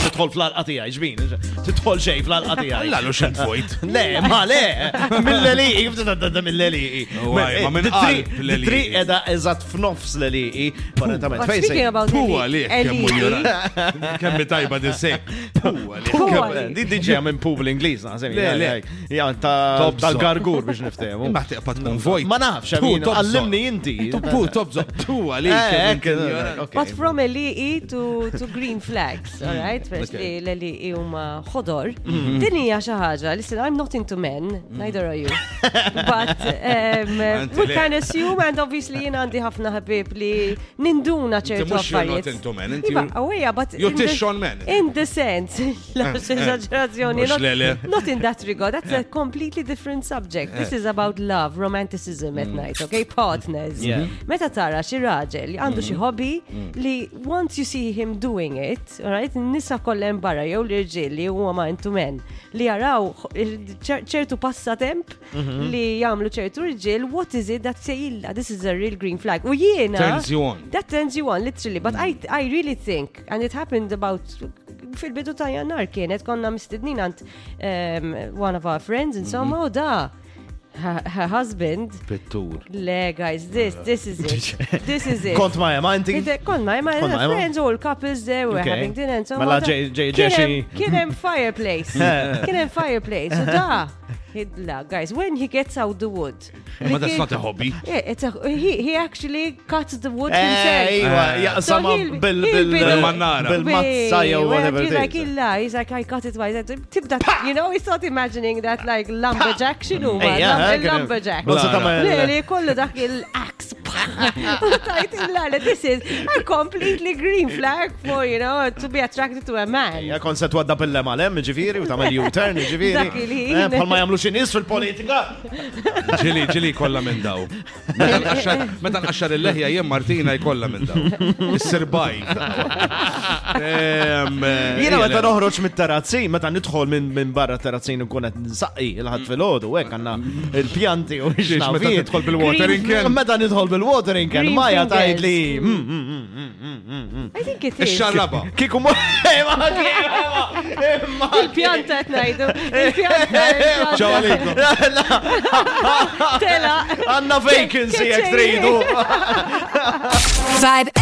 tidħol fl-alqa tiegħi, ġbin, tidħol xejn fl-alqa tiegħi. Alla lo xejn fwejt. Le, ma le, mill-leliqi, kif titadda mill-leliqi. Waj, ma minn qalb l-leliqi. Tri edha eżat f'nofs l-leliqi, But korrettament. speaking Fejsej. about Tu Eli- għalek, Eli- kemm muljorat. Kemm tajba dissek. Tu Tu għalek. għalik. Di diġeja minn pub l-Ingliż, naħsem. Le, le. Ja, ta' Tobso. tal-gargur biex niftehmu. Ma teqpa tkun vojt. Ma nafx, Tu, għamin, Tobso. għallimni inti. Tu tobżo. Tu Eh, għalek. eh, ok. But from Eli'i to, to green flags, all right? First Mm. eh, E, Okay. Mm-hmm. li l-Eli'i huma ħodor. Din hija xi ħaġa, eh, listen, I'm not into men, neither are you. But um, Anti we Mm. le. can assume and obviously jien għandi ħafna ħabib li ninduna ċertu mhux you're not affarijiet. into men, inti Iva, you- awija, oh, but you're in the- tish on men. E In the sense, la eżaġerazzjoni, Eh, Mhux not- lele. Eh. not in that regard. That's a completely different subject. This is about love, romanticism Mm. at night, okay? Partners. Yeah. Meta tara xi raġel li għandu Mm. xi hobby li once you see him doing it, alright, nisa kollem barra jew l-irġiel li huwa ma intu men li jaraw ċer- ċertu passatemp Mhm. li jagħmlu ċertu irġiel, what is it that sejilla? This is a real green flag. U jiena Turns you on. That turns you on, literally. But I, I really think, and it happened about fil-bidu ta' jannar kienet konna mistednin għand um, one of our friends in Soma u da. oh, Her her husband Pittur. Le, guys, this, this is it. this is it. Kont ma' ma' inti. It- Kont ma, ma, Kont ma, ma. friends, all couples there, we're Okay. having dinner and so on. Mela ġej- ġej- ġej xi- Kienem fireplace. Kienem fireplace. U da, hidla, guys, when he gets out the wood. Ma like that's he- not a hobby. Yeah, it's a, he, he actually cuts the wood Eh, himself. Iwa, Eh. jaqsama So he'll- bil- he'll bil- be bil- like- Bil-mazza jew Wait, whatever he's like, it is. illa, he's like, I cut it by that. Tip that, you know, he's not imagining that like lumberjack, you know, Eh, yeah, eh, kien- lumberjack. Bozza ta' ma' Le, le, kollu dak il-ax. Tajt il-lala, this is a completely green flag for, you know, to be attracted to a man. Ja konset wadda pille ma lem, ġifiri, u tamel U-turn, ġifiri. Dak il-ħin. Eh, Bħal ma jamlu xinis fil-politika. Ġili, ġili kolla minn daw. Meta nqaxxar- Meta nqaxxar il-leħja jien e Martina E jkollha minn daw. Is-sirbaj. Em, eh, Jena meta jele. noħroġ mit-tarazzin, meta nidħol minn minn barra tarazzin u kunet nsaqqi il-ħad fil-ħodu, u għanna il-pjanti u Xiex, meta tidħol bil-watering Green- can. Meta nidħol bil-watering can, Green Maja fingers. tajt li. mm, mm, I think e it is. Ix-xarraba. Kiku ma. Eh, ma, kiku, eh, ma, eh, ma. Il-pjanta etnajdu. Il-pjanta. Ġew il-pjanta. għalikom. Tela. Għanna vacancy Ke- jek ke- tridu. Vibe